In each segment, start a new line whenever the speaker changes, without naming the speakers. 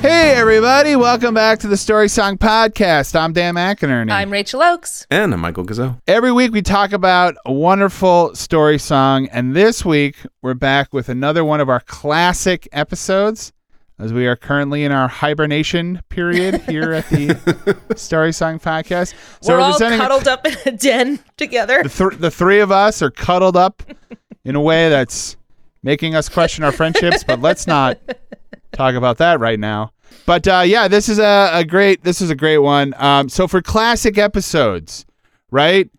Hey, everybody, welcome back to the Story Song Podcast. I'm Dan McInerney.
I'm Rachel Oakes.
And I'm Michael Gazelle.
Every week, we talk about a wonderful story song, and this week, we're back with another one of our classic episodes. As we are currently in our hibernation period here at the Story Song Podcast,
We're all
presenting a-
cuddled up in a den together.
the, th- the three of us are cuddled up in a way that's making us question our friendships, but let's not talk about that right now. But uh, yeah, this is a, a great this is a great one. Um, so for classic episodes, right?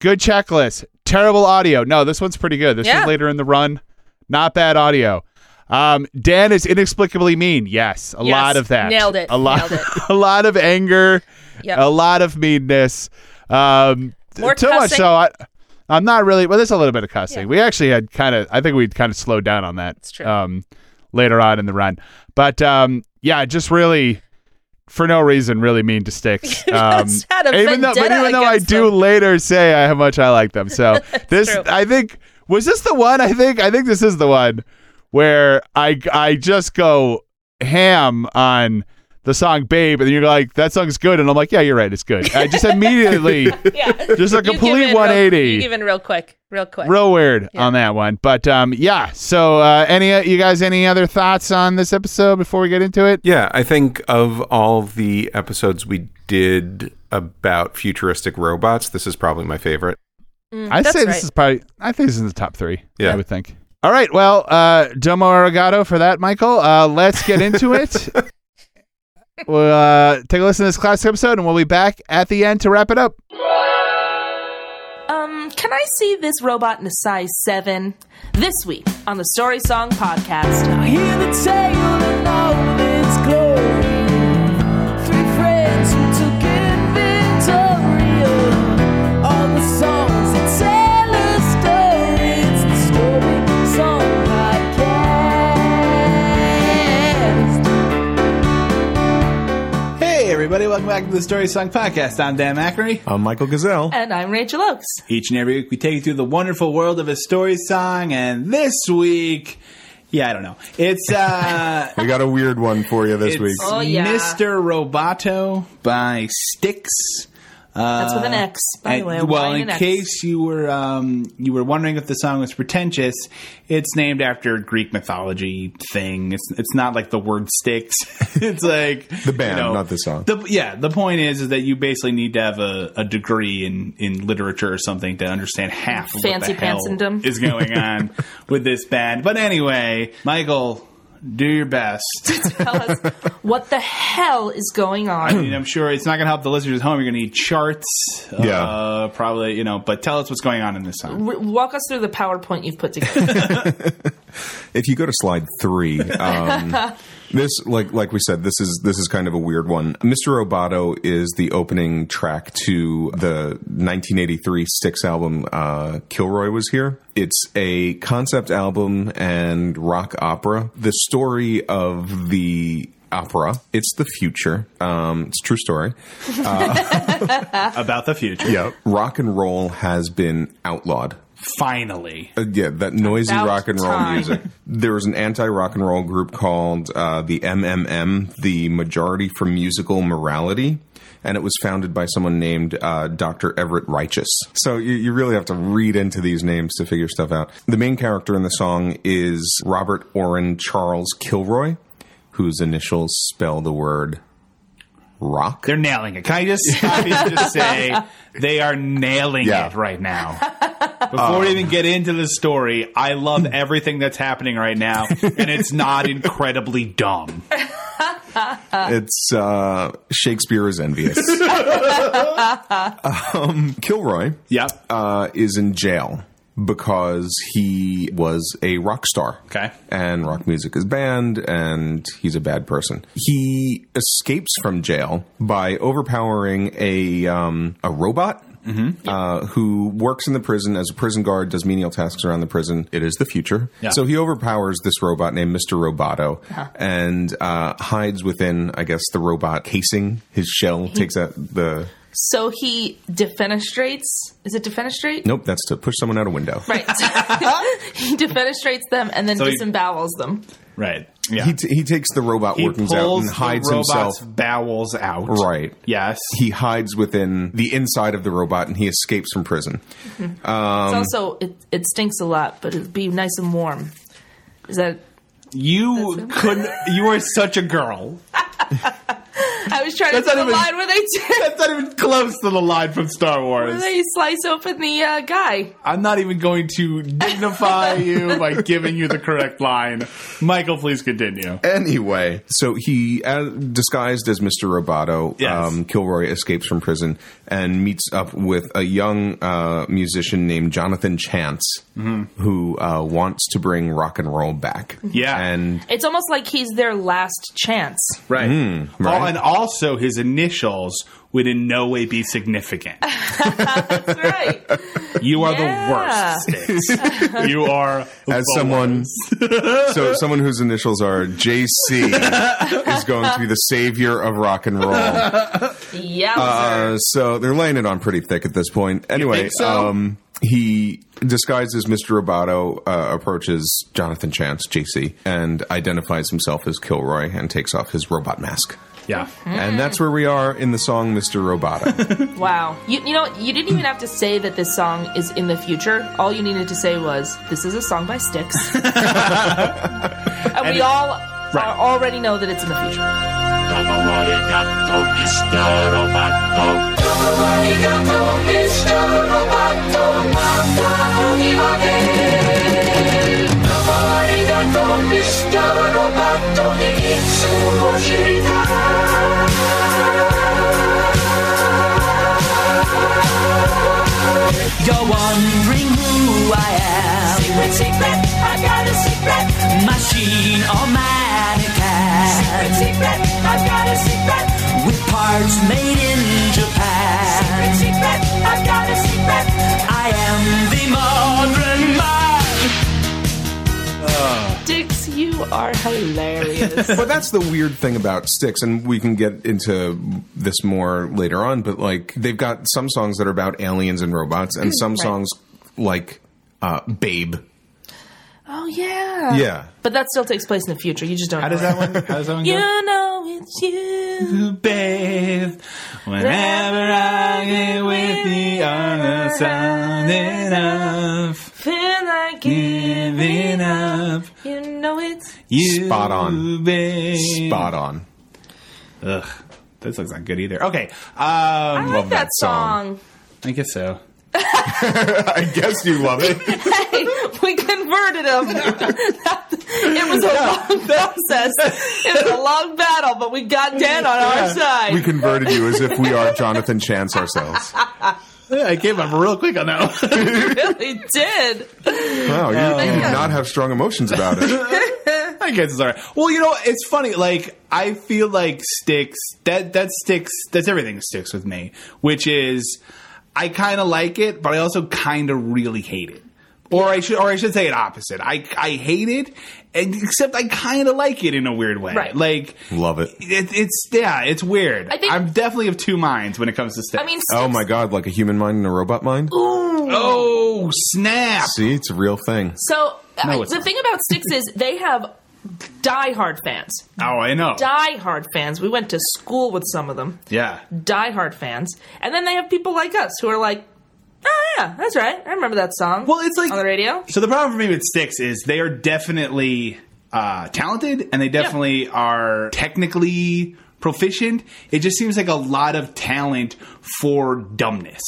Good checklist, terrible audio. No, this one's pretty good. This
Yeah.
is later in the run, not bad audio. Um, Dan is inexplicably mean. Yes, a
Yes,
lot of that.
nailed it,
A lot,
nailed it.
a lot of anger
Yep.
a lot of meanness. Um, t-
More
too much
cussing.
so. I, I'm not really. Well, there's a little bit of cussing.
Yeah.
We actually had kind of. I think we'd kind of slowed down on that.
It's true.
Um, later on in the run, but um, yeah, just really for no reason, really mean to sticks. Um,
just had a
even though, but
vendetta
even though I
against
do
them.
later say I, how much I like them, so this
true.
I think was this the one. I think I think this is the one where I I just go ham on the song Babe, and you're like, that song's good. And I'm like, yeah, you're right, it's good. I just immediately,
yeah.
just a
You give in
complete
real-
180.
you give in real quick, real quick.
Real weird
Yeah.
on that one. But um, yeah, so uh, any you guys, any other thoughts on this episode before we get into it?
Yeah, I think of all the episodes we did about futuristic robots, this is probably my favorite.
Mm,
I'd
that's
say
right.
this is probably, I think this is in the top three,
Yeah.
I would think. All right, well, uh, domo arigato for that, Michael. Uh, let's get into it. We'll uh, take a listen to this classic episode, and we'll be back at the end to wrap it up.
Um, can I see this robot in a size 7? This week on the Story Song Podcast. I hear the tale and all of its glory. Three friends who took inventory of all the songs that tell a story. It's the Story Song Podcast.
Hey, everybody, welcome back to the Story Song Podcast. I'm Dan McInerney.
I'm Michael Gazelle.
And I'm Rachel Oakes.
Each and every week, we take you through the wonderful world of a story song, and this week, yeah, I don't know. It's, uh,
We got a weird one for you this
it's
week.
Oh, yeah.
Mr. Roboto by Styx. Uh,
That's with an X, by the
and-
way. a
well,
Y and
in
an X.
case you were um, you were wondering if the song was pretentious, it's named after a Greek mythology thing. It's it's not like the word sticks. it's like the
band, not the song.
yeah, the point is is that you basically need to have a, a degree in in literature or something to understand half of
Fancy
what the hell
pantsendom.
is going on with this band. But anyway, Michael, do your best.
Tell us what the hell is going on.
I mean, I'm sure it's not going to help the listeners at home. You're going to need charts.
Yeah.
Uh, probably, you know, but tell us what's going on in this song.
R- walk us through the PowerPoint you've put together.
if you go to slide three, um, this like like we said, this is this is kind of a weird one. Mr. Roboto is the opening track to the 1983 Styx album. Uh, Kilroy was here. It's a concept album and rock opera. The story of the opera. It's the future. Um, it's a true story.
About the future.
Yeah, rock and roll has been outlawed.
Finally.
Uh, yeah, that noisy
About
rock and roll
time.
music. There was an anti rock and roll group called uh, the MMM, the Majority for Musical Morality, and it was founded by someone named uh, Dr. Everett Righteous. So you, you really have to read into these names to figure stuff out. The main character in the song is Robert Orrin Charles Kilroy, whose initials spell the word rock.
They're nailing it. Can I just, stop you and just say they are nailing
Yeah.
it right now? Um, Before we even get into the story, I love everything that's happening right now, and it's not incredibly dumb.
it's uh, Shakespeare is envious. um, Kilroy
Yep.
uh, is in jail because he was a rock star.
Okay.
And rock music is banned, and he's a bad person. He escapes from jail by overpowering a um, a robot.
Mm-hmm.
Uh, who works in the prison as a prison guard, does menial tasks around the prison. It is the future.
Yeah.
So he overpowers this robot named Mr. Roboto and uh, hides within, I guess, the robot casing. His shell takes out the.
So he defenestrates. Is it defenestrate?
Nope, that's to push someone out a window.
Right. he defenestrates them and then
he-
disembowels them.
Right. Yeah.
He, t- he takes the robot workings out and
the
hides
robot's
himself.
bowels out.
Right.
Yes.
He hides within the inside of the robot and he escapes from prison.
Um,
it's also it, it stinks a lot, but it'd be nice and warm. Is that?
you couldn't. You are such a girl.
I was trying
That's
to do
not
the
even-
line where they do,
That's not even close to the line from Star
where
Wars.
they slice open the uh, guy.
I'm not even going to dignify you by giving you the correct line. Michael, please continue.
Anyway, so he, as, disguised as Mr. Roboto, um,
Yes.
Kilroy escapes from prison and meets up with a young uh, musician named Jonathan Chance who uh, wants to bring rock and roll back.
Mm-hmm. Yeah.
And
It's almost like he's their last chance.
Right.
mm, right.
Oh, and also, his initials would in no way be significant.
That's right.
You are
Yeah.
the worst. Sticks. you are
as
the
someone so someone whose initials are JC is going to be the savior of rock and roll.
yeah.
Uh, so they're laying it on pretty thick at this point. Anyway,
think so?
um he disguised as Mr. Roboto, uh, approaches Jonathan Chance, JC, and identifies himself as Kilroy and takes off his robot mask.
Yeah.
And that's where we are in the song Mr. Roboto.
wow. You you know you didn't even have to say that this song is in the future. All you needed to say was this is a song by Styx, and, we all
Right.
are, already know that it's in the future.
You're wondering who I am. Secret, secret, I got a secret. Machine or mannequin. Secret, secret, I've got a secret. With parts made in Japan. Secret, secret, I've got a secret. I am the modern man.
Styx, you are hilarious.
but that's the weird thing about Styx, and we can get into this more later on, but like they've got some songs that are about aliens and robots, and some songs like uh, Babe.
oh yeah.
Yeah.
But that still takes place in the future. You just don't.
How
know
does
it.
that one? How does that one go?
You know it's you.
Babe, whenever I get with the honor sounding up,
Feel like
giving up,
You know it's.
you
Spot on.
babe.
Spot on.
Ugh, this looks not good either. Okay, um,
I
Love
like
that
that
song.
song.
I guess so.
I guess you love it.
Hey, we converted him. That- it was a long process. It was a long battle, but we got Dan on our side.
We converted you as if we are Jonathan Chance ourselves.
I came up real quick on that. one.
really did.
Wow, you, you do not have strong emotions about it.
I guess it's alright. Well, you know, it's funny. Like I feel like sticks that that sticks that's everything sticks with me, which is I kind of like it, but I also kind of really hate it. Or I should, or I should say it opposite. I I hate it, and, except I kind of like it in a weird way.
Right.
Like
Love it.
it, it's yeah, it's weird.
I think-
I'm definitely of two minds when it comes to sticks.
I mean,
Oh my god, like a human mind and a robot mind?
oh snap!
See, it's a real thing.
so uh,
No, it's
the
not.
thing about Styx is they have diehard fans.
Oh, I know.
Diehard fans. We went to school with some of them.
yeah,
diehard fans, and then they have people like us who are like, "Oh yeah, that's right, I remember that song."
Well, it's like
on the radio.
So the problem for me with Sticks is they are definitely uh, talented, and they definitely are technically proficient. It just seems like a lot of talent for dumbness.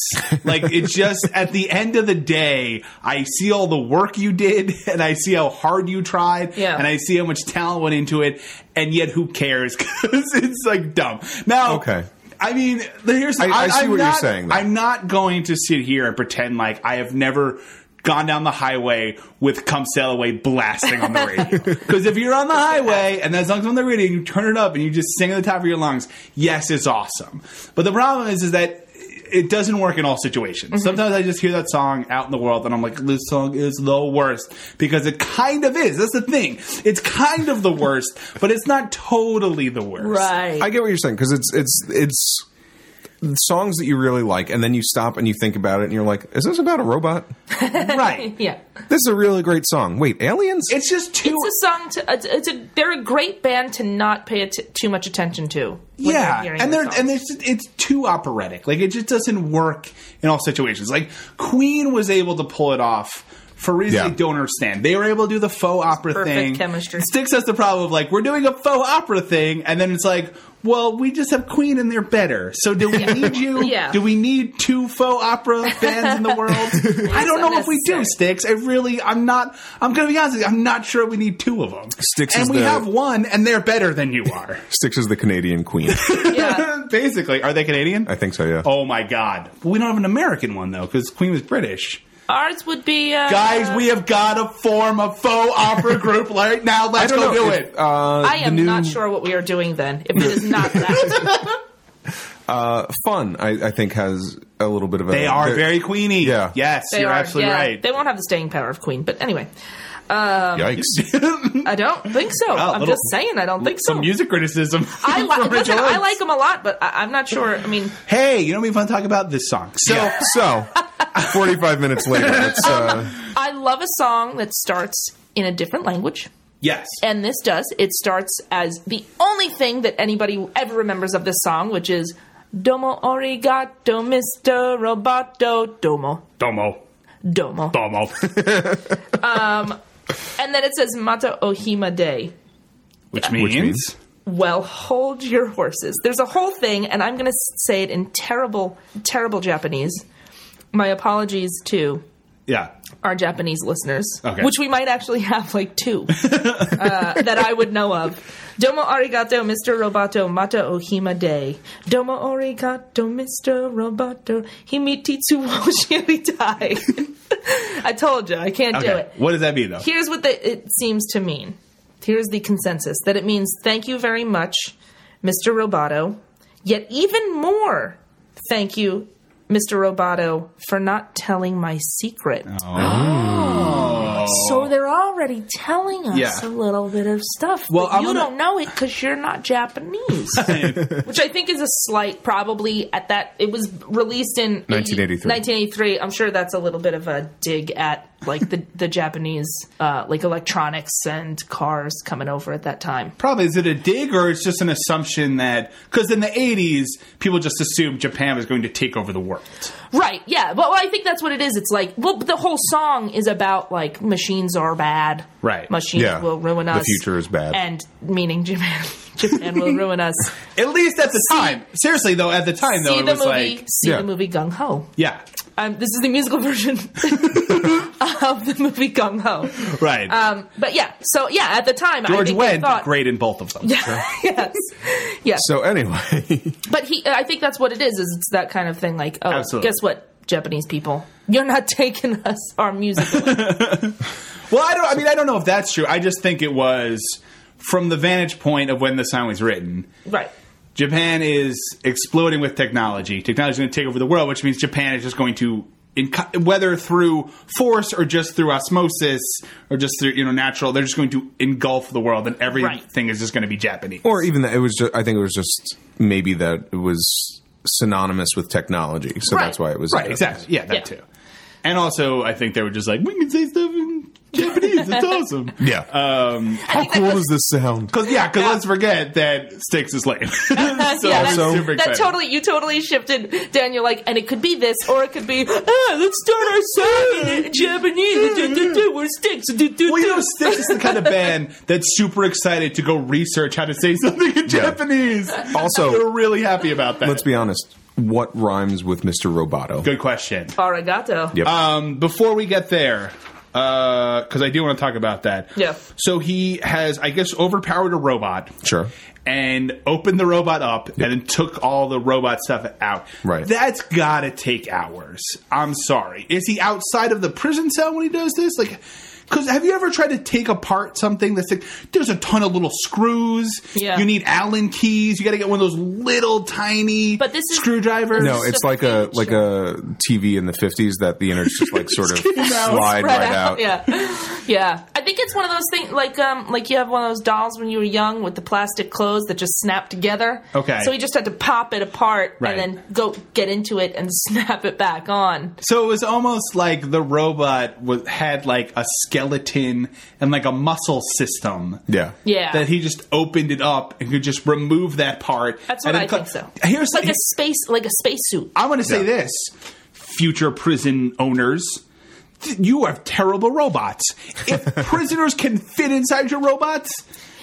Like it's just at the end of the day, I see all the work you did and I see how hard you tried
Yeah.
and I see how much talent went into it and yet who cares cuz it's like dumb. Now
Okay.
I mean, here's
I- I see
am
what you're
not,
saying, though.
I'm not going to sit here and pretend like I have never gone down the highway with "Come Sail Away" blasting on the radio. Because if you're on the highway and that song's on the radio, and you turn it up and you just sing at the top of your lungs. Yes, it's awesome. But the problem is, is that it doesn't work in all situations.
Mm-hmm.
Sometimes I just hear that song out in the world and I'm like, this song is the worst because it kind of is. That's the thing. It's kind of the worst, but it's not totally the worst.
Right.
I get what you're saying because it's it's it's songs that you really like, and then you stop and you think about it, and you're like, "Is this about a robot?
Right.
Yeah.
This is a really great song. Wait, aliens?
It's just too.
It's a song to. It's it's a, they're a great band to not pay att- too much attention to. when you're
yeah,
hearing
and
the
they're
song.
and it's it's too operatic. Like it just doesn't work in all situations. Like Queen was able to pull it off for reasons
Yeah.
I don't understand. They were able to do the faux opera
perfect
thing.
chemistry.
Sticks has the problem of like we're doing a faux opera thing, and then it's like. Well, we just have Queen and they're better. So do we need you?
Yeah.
Do we need two faux opera fans in the world? I don't know if we do,
unnecessary.
Sticks. I really, I'm not. I'm gonna be honest. With you, I'm not sure we need two of them.
Styx
and
is
we
the-
have one, and they're better than you are.
Sticks is the Canadian Queen.
Yeah.
Basically, are they Canadian?
I think so. Yeah.
Oh my God! We don't have an American one though, because Queen was British.
Ours would be uh,
Guys, we have got to form a faux opera group right now. Let's go do it.
uh,
I am not sure what we are doing then. If it is not that,
uh, Fun, I, I think, has a little bit of a.
they are
they're-
very Queenie.
Yeah.
Yes,
they
you're
are,
absolutely
yeah.
right.
They won't have the staying power of Queen, but anyway, Um,
Yikes!
I don't think so. I'm
Ah, little-
just saying, I don't think so.
Some music criticism.
I,
from
li-
Rachel
listen, I
Oates.
like them a lot, but I- I'm not sure. I mean,
Hey, you know what would be fun to talk about this song. So
so so, forty-five minutes later, it's uh,
I love a song that starts in a different language.
yes,
And this does. It starts as the only thing that anybody ever remembers of this song, which is Domo Origato, Mr. Roboto, Domo,
Domo,
Domo.
Domo,
And then it says Mata Ohima Day.
which means,
means?
Well, hold your horses. There's a whole thing, and I'm going to say it in terrible, terrible Japanese. My apologies to
yeah,
our Japanese listeners,
Okay.
which we might actually have like two uh, that I would know of. Domo arigato, Mr. Roboto, mata ohima day. Domo arigato, Mr. Roboto, himititsu wo shiritai. I told you, I can't do
okay.
it.
What does that mean though?
Here's what the, it seems to mean. Here's the consensus that it means thank you very much, Mr. Roboto. Yet even more, thank you, Mr. Roboto, for not telling my secret.
Oh.
Oh. So they're already telling us
Yeah.
a little bit of stuff.
Well,
but
I'm
you
gonna-
don't know it because you're not Japanese, which I think is a slight. Probably at that, it was released in
1983.
1983. I'm sure that's a little bit of a dig at like the the Japanese uh, like electronics and cars coming over at that time.
Probably is it a dig or it's just an assumption that because in the '80s people just assumed Japan was going to take over the world.
Right? Yeah. Well, I think that's what it is. It's like well, the whole song is about like machines are bad.
Right.
Machines
Yeah.
will ruin
The
us.
future is bad.
And meaning Japan, Japan will ruin us.
At least at the time. Seriously, though, at the time, though,
see
it
the
was
movie.
like,
see
Yeah.
the movie Gung Ho.
yeah,
Um, this is the musical version of the movie Gung Ho.
right.
Um, but yeah, so yeah, at the time, I
George
think they
Wendt,
thought,
great in both of them.
yes, yes.
so anyway.
but he, I think that's what it is. Is it's that kind of thing? Like, oh,
Absolutely.
guess what, Japanese people, you're not taking us our music. away.
Well, I don't. I mean, I don't know if that's true. I just think it was from the vantage point of when the song was written.
right.
Japan is exploding with technology. Technology is going to take over the world, which means Japan is just going to, inco- whether through force or just through osmosis or just through you know natural, they're just going to engulf the world, and everything is just going to be Japanese.
or even that it was just i think it was just maybe that it was synonymous with technology so
Right.
that's why it was
Right, exactly. Yeah, that
Yeah.
too. And also, I think they were just like, we can say stuff in Japanese. It's awesome.
Yeah.
Um,
How cool does this sound?
Cause yeah, cause let's forget that Sticks is lame. so
yeah,
I'm
that's,
also-
super
that
excited.
totally you totally shifted down. You're like, and it could be this, or it could be ah, let's start our song in in Japanese. Du- du- du- We're sticks. Du- du-
Well, you know,
du.
Sticks is the kind of band that's super excited to go research how to say something in Japanese.
Also-
they're really happy about that.
Let's be honest. What rhymes with Mr. Roboto?
Good question.
Arigato.
Yep.
Um, before we get there, because I do want to talk about that.
Yeah.
So he has, I guess, overpowered a robot.
Sure.
And opened the robot up and then took all the robot stuff out.
Right.
That's gotta take hours. I'm sorry. Is he outside of the prison cell when he does this? Like, because have you ever tried to take apart something that's like, there's a ton of little screws.
Yeah.
You need Allen keys. You gotta get one of those little tiny
But this is-
screwdrivers.
No, it's like a like a TV in the fifties that the innards just like sort of slide
Spread
right out.
Yeah, yeah. I think it's one of those things like um like you have one of those dolls when you were young with the plastic clothes that just snap together.
Okay.
So he just had to pop it apart
Right.
and then go get into it and snap it back on.
So it was almost like the robot was had like a skeleton and like a muscle system.
Yeah.
Yeah.
That he just opened it up and could just remove that part.
That's what
And
I
then co-
think so.
Here's
like
like
a space like a spacesuit.
I'm going to say this, future prison owners. th- You have terrible robots. If prisoners can fit inside your robots,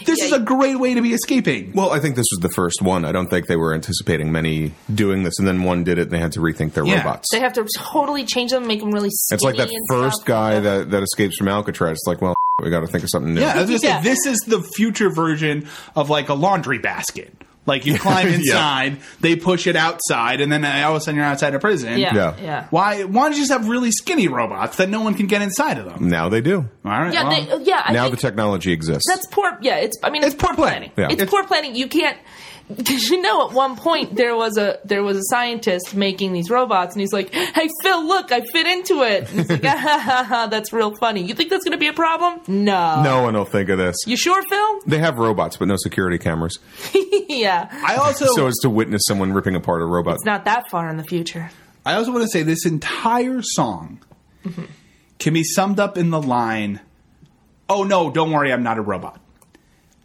this
Yeah,
is a
you-
great way to be escaping.
Well, I think this was the first one. I don't think they were anticipating many doing this, and then one did it, and they had to rethink their
Yeah.
robots.
They have to totally change them, make them really skinny.
It's like that
and
first
stuff.
guy that, that escapes from Alcatraz. It's like, well, we got to think of something new.
Yeah, I was gonna say
Yeah.
this is the future version of like a laundry basket. Like you climb inside, they push it outside, and then all of a sudden you're outside of prison.
Yeah,
Yeah.
yeah.
Why? Why don't you just have really skinny robots that no one can get inside of them?
Now they do.
All right.
Yeah,
well,
they, uh, yeah. I
now the
think
technology exists.
that's poor. Yeah, it's. I mean,
It's poor planning.
Yeah.
It's,
It's-
poor planning. You can't. Did you know at one point there was a there was a scientist making these robots, and he's like, "Hey Phil, look, I fit into it." And he's like, ah, ha, ha, ha, "That's real funny. You think that's going to be a problem? No.
no one will think of this.
You sure, Phil?
They have robots, but no security cameras,
yeah.
I also
so as to witness someone ripping apart a robot.
It's not that far in the future.
I also want to say this entire song can be summed up in the line, "Oh no, don't worry, I'm not a robot.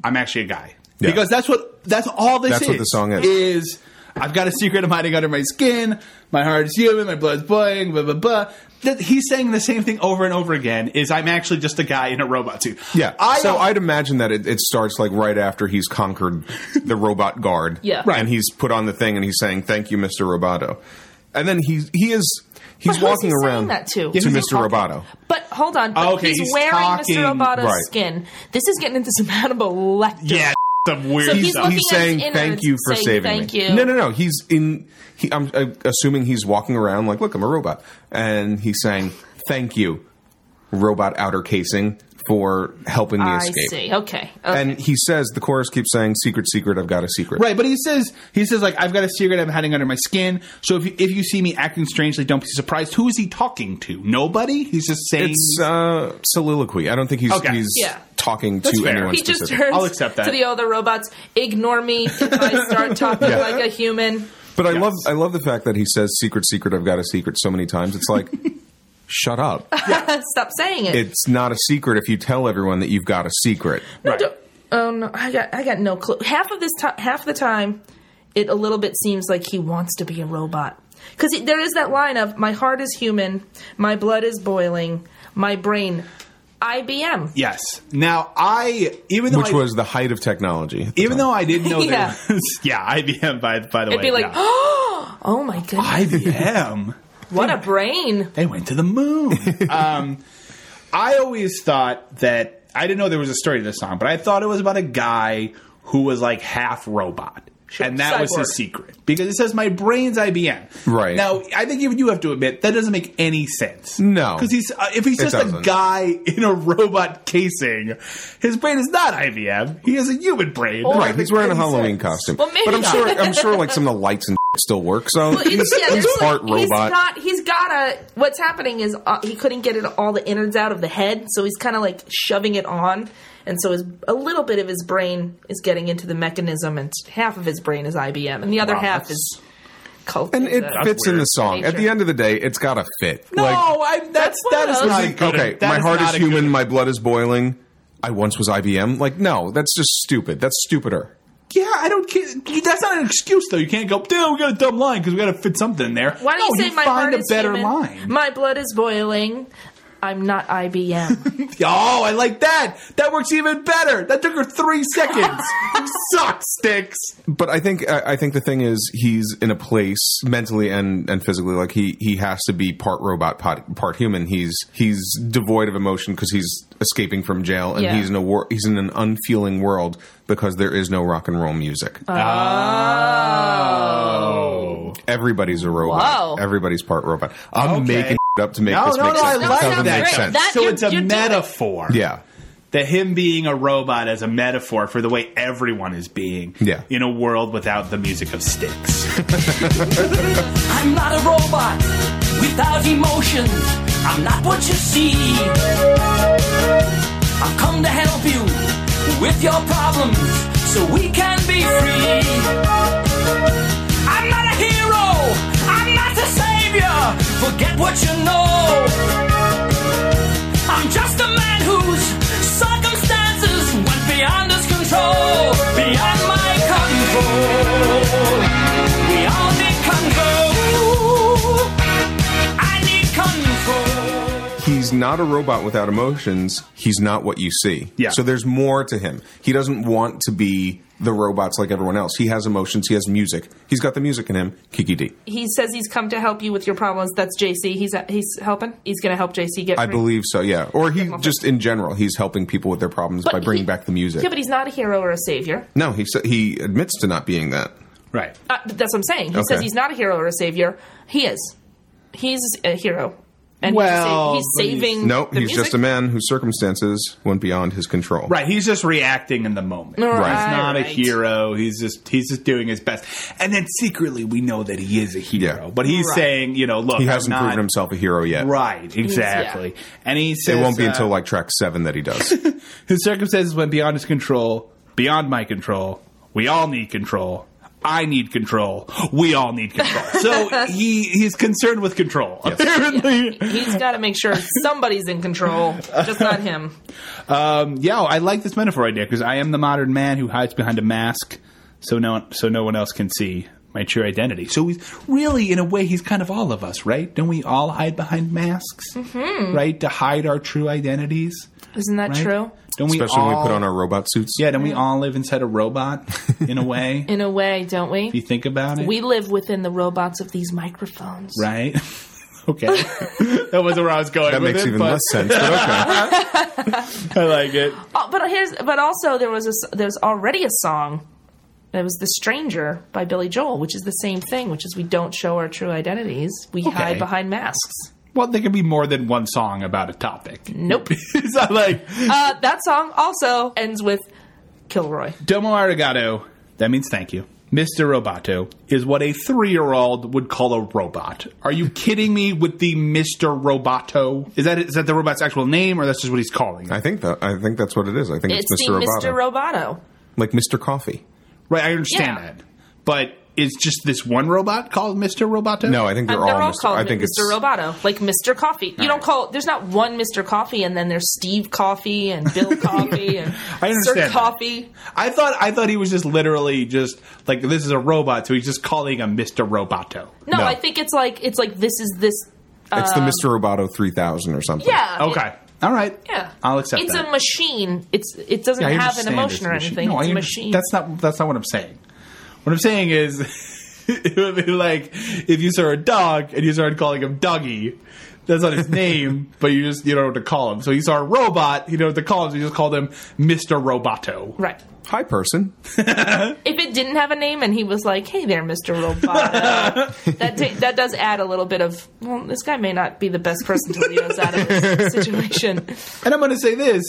I'm actually a guy."
Yeah.
Because that's what that's all this
That's
is.
what the song is.
Is I've got a secret I'm hiding under my skin. My heart is human. My blood's boiling. Blah blah blah. That he's saying the same thing over and over again. Is I'm actually just a guy in a robot suit.
yeah.
I
so
don't-
I'd imagine that it, it starts like right after he's conquered the robot guard.
Yeah.
And he's put on the thing and he's saying, "Thank you, Mr. Roboto," and then he's he is he's
But who's
walking
he saying
around
that to?
to
Yeah, who's he
Mr. Oh, Roboto.
But hold on, but
Okay,
he's,
he's
wearing
talking-
Mr. Roboto's
Right.
skin. This is getting into some animal lecture.
yeah, some weird
So he's
stuff.
looking
he's
at his
saying
innards
thank you for
saying
saving
thank
me.
you.
No, no, no. He's in. He, I'm uh, assuming he's walking around like, look, I'm a robot, and he's saying thank you, robot outer casing, for helping me
I
escape.
see. Okay. okay.
And he says the chorus keeps saying secret, secret. I've got a secret.
Right, but he says he says like I've got a secret I'm hiding under my skin. So if you, if you see me acting strangely, don't be surprised. Who is he talking to? Nobody. He's just saying.
It's uh, soliloquy. I don't think he's
Okay.
he's
Yeah.
talking
That's
to
fair.
anyone
he just
specific.
turns
I'll accept that.
to the other robots. Ignore me if I start talking like a human.
But I love I love the fact that he says secret, secret. I've got a secret so many times. It's like, shut up.
Stop saying it.
It's not a secret if you tell everyone that you've got a secret.
right.
oh no, I got I got no clue. Half of this time, half the time, it a little bit seems like he wants to be a robot because there is that line of my heart is human, my blood is boiling, my brain, IBM.
Yes. Now I even though
Which
I,
was the height of technology. at the
even
time.
though I didn't know
Yeah.
there was yeah IBM by by the
It'd
way
be like,
yeah.
oh my goodness,
IBM
what a brain!
they went to the moon. um, I always thought that I didn't know there was a story to this song, but I thought it was about a guy who was like half robot. And that was
cyborg.
his secret because it says my brain's IBM.
Right.
now, I think even you have to admit that doesn't make any sense.
No.
because he's uh, if he's
It
just a
doesn't.
guy in a robot casing, his brain is not IBM. He has a human brain. That
right,
doesn't
he's
make
wearing a
any
Halloween
sense.
costume.
Well, maybe
but I'm
not.
sure I'm sure like some of the lights and still work. So
Well, it's-
he's,
yeah,
he's
there's
part
like- He's
robot.
got. He's got a. What's happening is uh, he couldn't get it all the innards out of the head, so he's kind of like shoving it on, and so his a little bit of his brain is getting into the mechanism, and half of his brain is IBM, and the other half is
cult.
And it fits in
weird.
the song. At the end of the day, it's got to fit.
No, I, that's that is
one of
not
Like,
good.
okay,
that
my heart
not
is
a good-
human, my blood is boiling. I once was IBM. Like, no, that's just stupid. That's stupider.
Yeah, I don't. care. That's not an excuse though. You can't go. Dude, we got a dumb line because we got to fit something in there.
Why don't
no,
you say my
find
heart
a
is
better
human,
line?
My blood is boiling. I'm not IBM.
Oh, I like that. That works even better. That took her three seconds. you suck, Sticks.
But I think I I think the thing is he's in a place mentally and, and physically like he he has to be part robot part, part human. He's he's devoid of emotion because he's escaping from jail and
Yeah.
he's in a wor- he's in an unfeeling world because there is no rock and roll music.
Oh.
Everybody's a robot.
Wow.
Everybody's part robot. I'm making up to make
No,
this
no,
make
no. I
sense. It
like
doesn't
that.
make sense.
That-
so
you-
it's a
you did it.
metaphor.
yeah.
That him being a robot is a metaphor for the way everyone is being
Yeah.
in a world without the music of Sticks.
I'm not a robot without emotions. I'm not what you see. I've come to help you with your problems so we can be free. I'm not a hero. I'm not a savior. Forget what you know. I'm just a man whose circumstances went beyond his control. Beyond my control. Beyond the control. I need control.
he's not a robot without emotions. He's not what you see.
Yeah.
So there's more to him. He doesn't want to be the robots like everyone else. He has emotions. He has music. He's got the music in him. Kiki D.
he says he's come to help you with your problems. That's JC. He's he's helping. He's going to help JC get.
I
free.
believe so. Yeah. Or he just in general, he's helping people with their problems by bringing
he-
back the music.
Yeah, but he's not a hero or a savior.
no, he sa- he admits to not being that.
right.
Uh, but that's what I'm saying. He
Okay.
says he's not a hero or a savior. He is. He's a hero. And
Well,
he's, a sa- he's
please.
saving.
No,
Mm, the
he's just
music.
a man whose circumstances went beyond his control.
Right, he's just reacting in the moment.
Right.
He's not a
Right.
hero. He's just he's just doing his best. And then secretly we know that he is a hero.
Yeah.
But he's
Right.
saying, you know, look,
He hasn't
I'm not,
proven himself a hero yet.
Right, exactly. And he
It
says
won't be
uh,
until like track seven that he does.
his circumstances went beyond his control, beyond my control. We all need control. I need control. We all need control. So he he's concerned with control. Apparently,
He's got to make sure somebody's in control, just not him.
um, yeah, I like this metaphor idea because I am the modern man who hides behind a mask, so no one, so no one else can see my true identity. So he's really, in a way, he's kind of all of us, right? Don't we all hide behind masks, right, to hide our true identities?
Isn't that
right?
true?
Don't we
Especially when we
all-
put on our robot suits.
yeah? Don't we all live inside a robot in a way?
In a way, don't
if
we?
you think about it,
We live within the robots of these microphones.
right? okay, that wasn't where I was going.
That
with
makes
it,
even
but
less sense. But okay.
I like it.
Oh, but here's but also there was a s- there's already a song. That was "The Stranger" by Billy Joel, which is the same thing, which is we don't show our true identities. We hide behind masks.
Well, there could be more than one song about a topic.
Nope.
it's not like
uh, that song also ends with Kilroy.
Domo arigato. That means thank you. Mr. Roboto is what a three-year-old would call a robot. Are you kidding me with the Mr. Roboto? Is that is that the robot's actual name, or that's just what he's calling? it?
I think that I think that's what it is. I think it's,
It's, the
Mr.
Mr.
Roboto.
Roboto.
like Mr. Coffee.
Right, I understand
Yeah.
that, but it's just this one robot called Mr. Roboto.
No, I think they're
Um,
all, Mr.
called
I think
Mr.
it's
Roboto, like Mr. Coffee. You don't call there's not one Mr. Coffee, and then there's Steve Coffee and Bill Coffee and Sir
understand that.
Coffee.
I thought I thought he was just literally just like this is a robot, so he's just calling him Mr. Roboto.
No,
No.
I think it's like it's like this is this.
it's the Mr. Roboto 3000 or something.
Yeah. it-
Okay, all right.
yeah.
I'll accept
It's
that.
a machine. It's it doesn't
I
have an
understand
emotion or
it's a machine.
anything.
No,
it's
I
a
under-
machine.
That's not that's not what I'm saying. What I'm saying is, it would be like if you saw a dog and you started calling him Doggy. That's not his name, but you just you don't know what to call him. So you saw a robot, you know what to call him, so you just called him Mr. Roboto.
right.
Hi person.
If it didn't have a name and he was like, "Hey there, Mister Roboto," that ta that does add a little bit of well, this guy may not be the best person to lead us out of this situation.
And I'm going to say this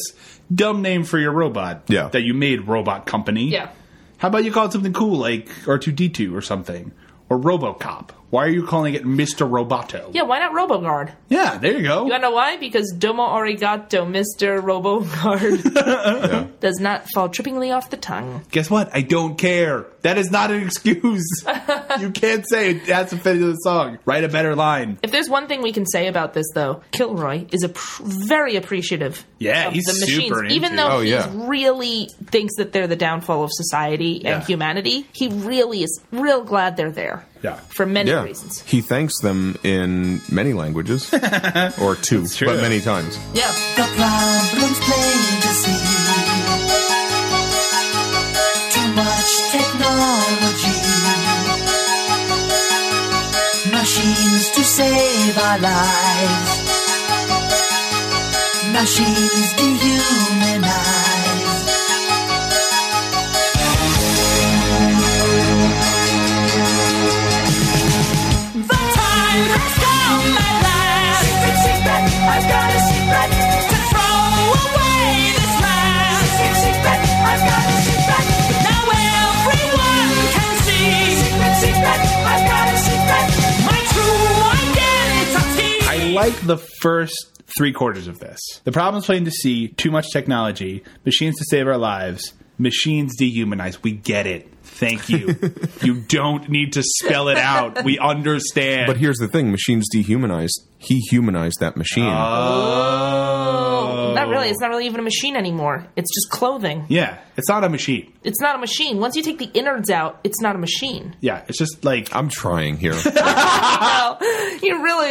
dumb name for your robot.
Yeah.
That you made, robot company.
Yeah.
How about you call it something cool like R2D2 or something? Or Robocop. Why are you calling it Mr. Roboto?
Yeah, why not RoboGuard?
Yeah, there you go.
You wanna know why? Because Domo Arigato, Mr. RoboGuard, does not fall trippingly off the tongue.
Guess what? I don't care. That is not an excuse. you can't say it has to fit into the song. Write a better line.
If there's one thing we can say about this, though, Kilroy is a pr- very appreciative.
Yeah,
of
he's
the machines,
super into
even
it.
though
Oh,
he
yeah.
really thinks that they're the downfall of society and
Yeah.
humanity. He really is real glad they're there.
Yeah.
for many
Yeah.
reasons.
He thanks them in many languages, or two, but many times.
Yeah,
The problem's plain to see. Too much technology. Machines to save our lives. Machines dehumanize. The time has come, my lad. Secret, secret, I've got a secret to throw away this land. Secret, secret, I've got a secret. Now everyone can see. Secret, secret, I've got a secret. My true identity.
I like the first three quarters of this. The problem's plain to see, too much technology, machines to save our lives, machines dehumanize. We get it. Thank you. you don't need to spell it out. We understand.
But here's the thing: machines dehumanize. He humanized that machine.
Uh.
Oh. not really. It's not really even a machine anymore. It's just clothing.
yeah, it's not a machine.
It's not a machine. Once you take the innards out, it's not a machine.
Yeah, it's just like
I'm trying here.
You really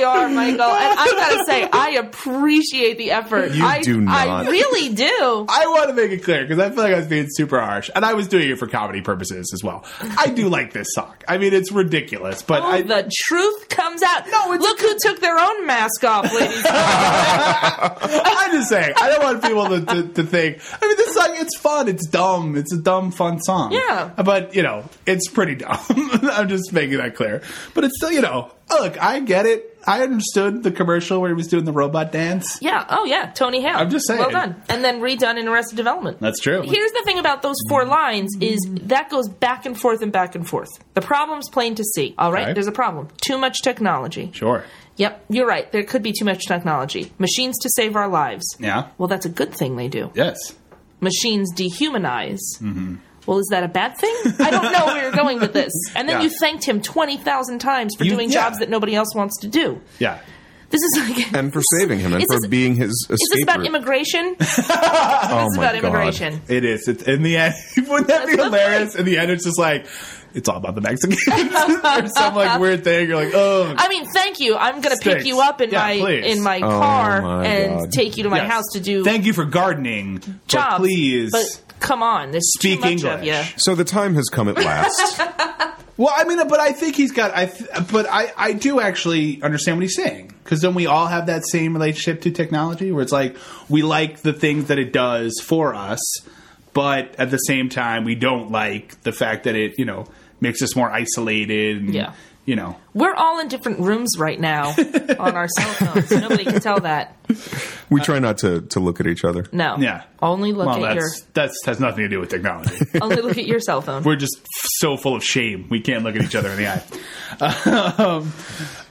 are, Michael. And I gotta say, I appreciate the effort.
You
I,
do
I
not.
really do.
I want to make it clear because I feel like I was being super harsh, and I was doing it for comedy purposes as well. I do like this song. I mean, it's ridiculous, but
Oh,
I,
the truth comes out. No, look who took their own mask off, ladies.
I'm just saying I don't want people to, to, to think. I mean, this song it's fun, it's dumb, it's a dumb fun song.
Yeah.
but you know, it's pretty dumb. I'm just making that clear. But it's still, you know, look, I get it. I understood the commercial where he was doing the robot dance.
yeah. Oh, yeah. Tony Hale.
I'm just saying.
Well done. And then redone in Arrested Development.
That's true. Mm-hmm.
Here's the thing about those four lines is that goes back and forth and back and forth. The problem's plain to see. All right,
Okay.
there's a problem. Too much technology.
Sure.
Yep, you're right. There could be too much technology. Machines to save our lives.
Yeah.
Well, that's a good thing they do.
Yes.
Machines dehumanize.
Mm-hmm.
Well, is that a bad thing? I don't know where you're going with this. And then
Yeah.
you thanked him 20,000 times for
You-
doing
yeah.
jobs that nobody else wants to do.
Yeah.
This is like
and for saving him, and
Is
for
this-
being his escape
Is this about
route.
immigration? this
Oh
is
my
about
God.
immigration.
It is. It's in the end. Wouldn't that be
That's lovely.
hilarious? In the end, it's just like it's all about the Mexicans or some like weird thing. You're like, oh,
I mean, thank you. I'm going to pick
States.
you up in
Yeah,
my
please. Oh
in my car
my
and
God.
take you to my
yes.
house to do
Thank you for gardening. but
jobs.
please
but come on, there's
speak
too much
English.
of you.
So the time has come at last.
Well, I mean, but I think he's got. I th- but I I do actually understand what he's saying because then we all have that same relationship to technology where it's like we like the things that it does for us, but at the same time we don't like the fact that it you know makes us more isolated. And,
Yeah.
You know.
We're all in different rooms right now on our cell phones. Nobody can tell that.
we try not to, to look at each other.
No.
Yeah.
Only look
Well,
at your
that's that's has nothing to do with technology.
only look at your cell phone.
We're just so full of shame we can't look at each other in the eye. um,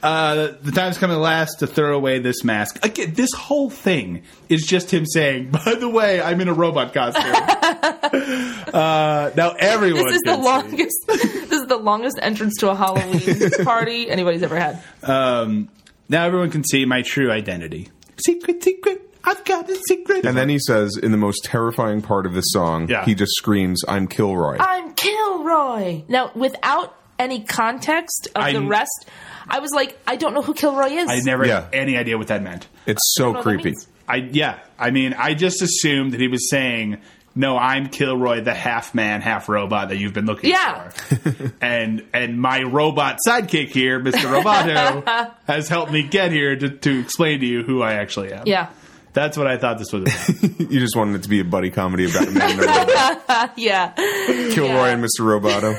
uh, the time's coming last to throw away this mask. Again, this whole thing is just him saying, "By the way, I'm in a robot costume." uh, now everyone.
This is the
can see.
longest. this is the longest entrance to a Halloween party anybody's ever had.
Um, now everyone can see my true identity. Secret, secret. I've got a secret.
And then he says, in the most terrifying part of the song,
Yeah.
he just screams, "I'm Kilroy."
I'm Kilroy. Now, without any context of the
I'm-
rest, I was like, I don't know who Kilroy is.
I never
Yeah.
had any idea what that meant.
it's so
know what that
creepy.
means.
I yeah. I mean, I just assumed that he was saying, "No, I'm Kilroy, the half man, half robot that you've been looking
Yeah.
for." and and my robot sidekick here, Mr. Roboto, has helped me get here to, to explain to you who I actually am.
Yeah.
That's what I thought this was. About.
You just wanted it to be a buddy comedy about a man and a robot.
Yeah.
Kilroy and Mr. Roboto.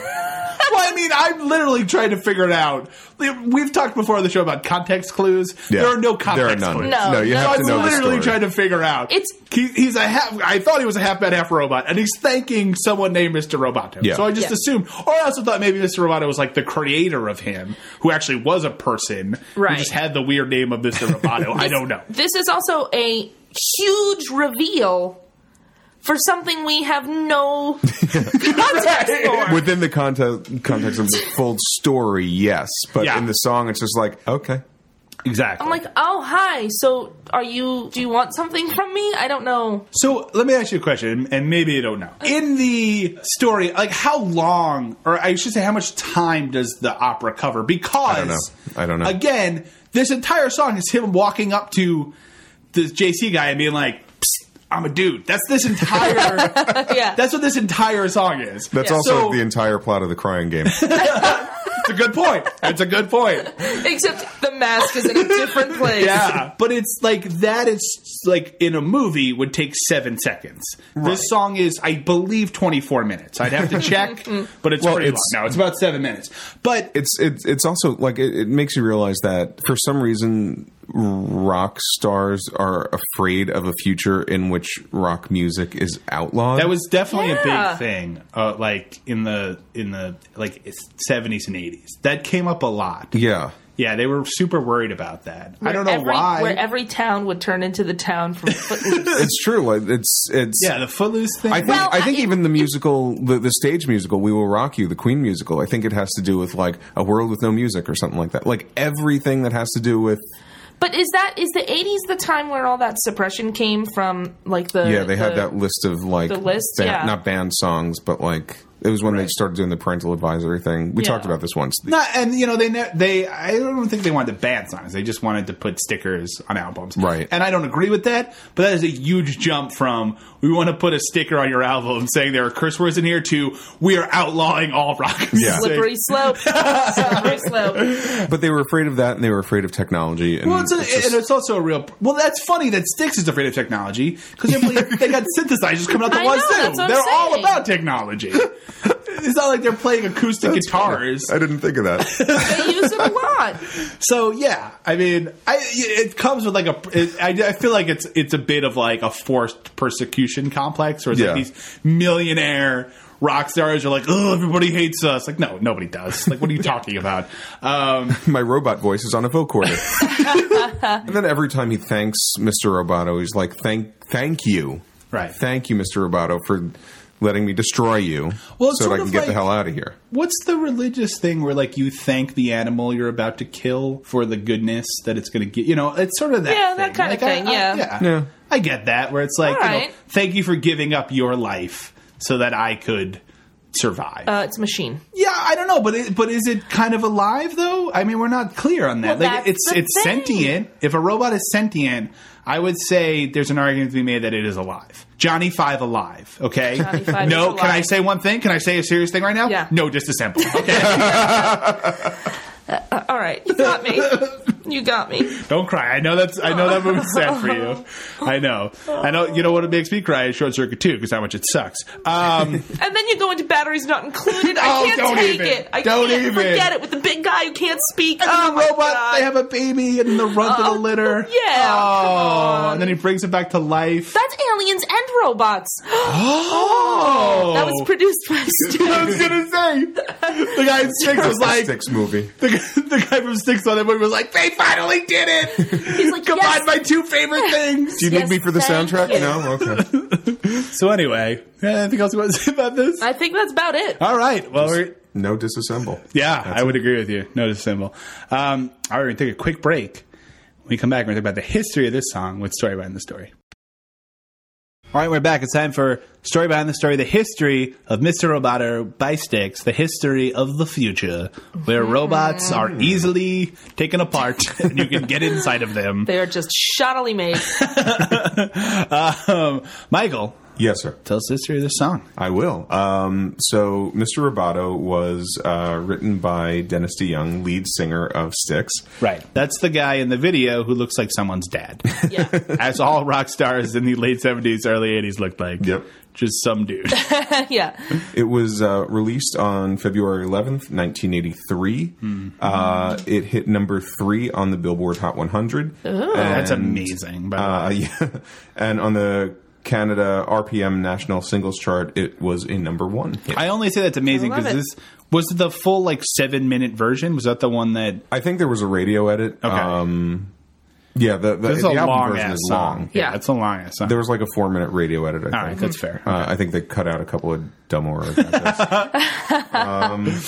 Why I mean, I'm literally trying to figure it out. We've talked before on the show about context clues.
Yeah.
There are no context
There are none.
clues.
No,
No,
you
no.
have to
I'm
know the
literally
story.
trying to figure out.
It's-
he, he's a half. I thought he was a half man, half robot, and he's thanking someone named Mr. Roboto.
Yeah.
So I just
Yeah.
assumed, or I also thought maybe Mr. Roboto was like the creator of him, who actually was a person who
Right.
just had the weird name of Mr. Roboto. I don't know.
This is also a huge reveal for something we have no context for.
Within the context context of the full story, yes, but
Yeah.
in the song, it's just like okay,
Exactly.
I'm like, oh hi. So are you? Do you want something from me? I don't know.
So let me ask you a question, and maybe you don't know. In the story, like how long, or I should say, how much time does the opera cover? Because
know. I don't know.
Again, this entire song is him walking up to this JC guy and being like, Psst, "I'm a dude." That's this entire.
Yeah.
that's what this entire song is.
that's
Yeah.
also
So-
the entire plot of the Crying Game.
It's a good point. It's a good point.
Except the mask is in a different place.
Yeah, but it's like that is like in a movie would take seven seconds. This song is, I believe, twenty four minutes. I'd have to check, but it's
Well,
pretty
it's-
long. No, it's about seven minutes. But
it's it's it's also like it, it makes you realize that for some reason rock stars are afraid of a future in which rock music is outlawed.
that was definitely a
Yeah.
big thing, uh, like in the in the like seventies and eighties. That came up a lot.
yeah.
Yeah, they were super worried about that. I don't know
Where every-
why.
Where every town would turn into the town from Footloose.
It's true. Like it's it's
yeah, the Footloose thing.
I think,
Well,
I think
I-
even the musical, the, the stage musical, "We Will Rock You," the Queen musical. I think it has to do with like a world with no music or something like that. Like everything that has to do with
but is that is the '80s the time where all that suppression came from? Like the
yeah, they had
the-
that list of like
the list,
ba-
yeah.
not band songs, but like it was when they started doing the parental advisory thing. We
Yeah.
talked about this once.
No, and you know they ne- they I don't think they wanted to ban songs. They just wanted to put stickers on albums,
Right.
And I don't agree with that, but that is a huge jump from we want to put a sticker on your album saying there are curse words in here to we are outlawing all rock.
Yeah.
slippery slope. slippery slope.
But they were afraid of that, and they were afraid of technology. And
Well, it's, a,
it's just-
and it's also a real. Well, that's funny that Styx is afraid of technology because they got synthesizers coming out the
I know,
wazoo.
that's what I'm
They're all
saying.
about technology. it's not like they're playing acoustic guitars.
I didn't think of that.
They use it a lot.
So yeah, I mean, I it comes with like a. It, I, I feel like it's it's a bit of like a forced persecution complex, or it's
Yeah.
like these millionaire rock stars are like, oh, everybody hates us. Like, no, nobody does. Like, what are you talking about? Um,
My robot voice is on a vocorder. and then every time he thanks Mr. Roboto, he's like, "Thank, thank you,
Right.
Thank you, Mr. Roboto, for letting me destroy you,
Well, it's
so that I
sort
can
of
get the
like-
hell out of here."
what's the religious thing where like you thank the animal you're about to kill for the goodness that it's going to get? You know, it's sort of that.
Yeah,
thing.
that kind of
Like, I-
thing,
I-
yeah.
yeah,
Yeah.
I get that. Where it's like,
All
you know,
right.
thank you for giving up your life so that I could survive.
Uh, it's a machine.
Yeah, I don't know, but it, but is it kind of alive though? I mean, we're not clear on that.
Well,
like
that's
it's
the
it's
thing.
sentient. If a robot is sentient, I would say there's an argument to be made that it is alive. Johnny Five alive, okay?
Johnny Five
no,
is
can I
alive.
say one thing? Can I say a serious thing right now?
Yeah.
No, disassemble. Okay,
All right, you got me. You got me.
don't cry. I know that's I know that movie's sad for you. I know. I know. You know what it makes me cry? is Short Circuit Two, because how much it sucks. Um,
And then you go into batteries not included.
Oh,
I can't
don't
take
even.
it. I
Don't
can't
even.
forget it with the big guy who can't speak.
And
Oh
the
my
robot,
God. Oh,
they have a baby and the run to the litter.
yeah, come
Oh,
on.
and then he brings it back to life.
That's aliens and robots.
oh,
That was produced by
I was
Steve.
gonna say the guy in Six was like the,
Six movie.
guy- the guy from Six on that movie was like, "They finally did it!
He's like,
Combined
yes,
my two favorite things."
Do you need
Yes,
me for the
thank
soundtrack?
you.
No, okay.
So anyway, anything else you want to say about this?
I think that's about it.
All right. Well, we're
No disassemble.
yeah, I would agree with you. Notice symbol. Um, all right, we're gonna take a quick break. When we come back, we're gonna talk about the history of this song with story behind the story. All right, we're back. It's time for Story Behind the Story, the history of Mr. Roboto by Sticks, the history of the future, where robots are easily taken apart and you can get inside of them.
They are just shoddily made.
Um, Michael,
Yes, sir.
Tell us the history of this song.
I will. Um, so, Mr. Roboto was uh, written by Dennis DeYoung, lead singer of Styx.
Right. That's the guy in the video who looks like someone's dad.
Yeah.
As all rock stars in the late 70s, early 80s looked like.
Yep.
Just some dude.
yeah.
It was uh, released on February 11th, 1983.
Hmm.
Uh, it hit number three on the Billboard Hot 100.
That's
And,
amazing. By the way.
Uh, yeah. And on the Canada RPM National Singles Chart, it was a number one. hit.
I only say that's amazing
I love
because
it.
this was the full like seven minute version. Was that the one that
I think there was a radio edit.
Okay.
Um, yeah, the, the,
This is
the
a
album
long
version
ass
is
song.
long.
Yeah,
Yeah.
it's a long ass song.
There was like a four minute radio edit. I
All right,
think.
that's fair.
Uh, I think they cut out a couple of dumb words. I guess. um,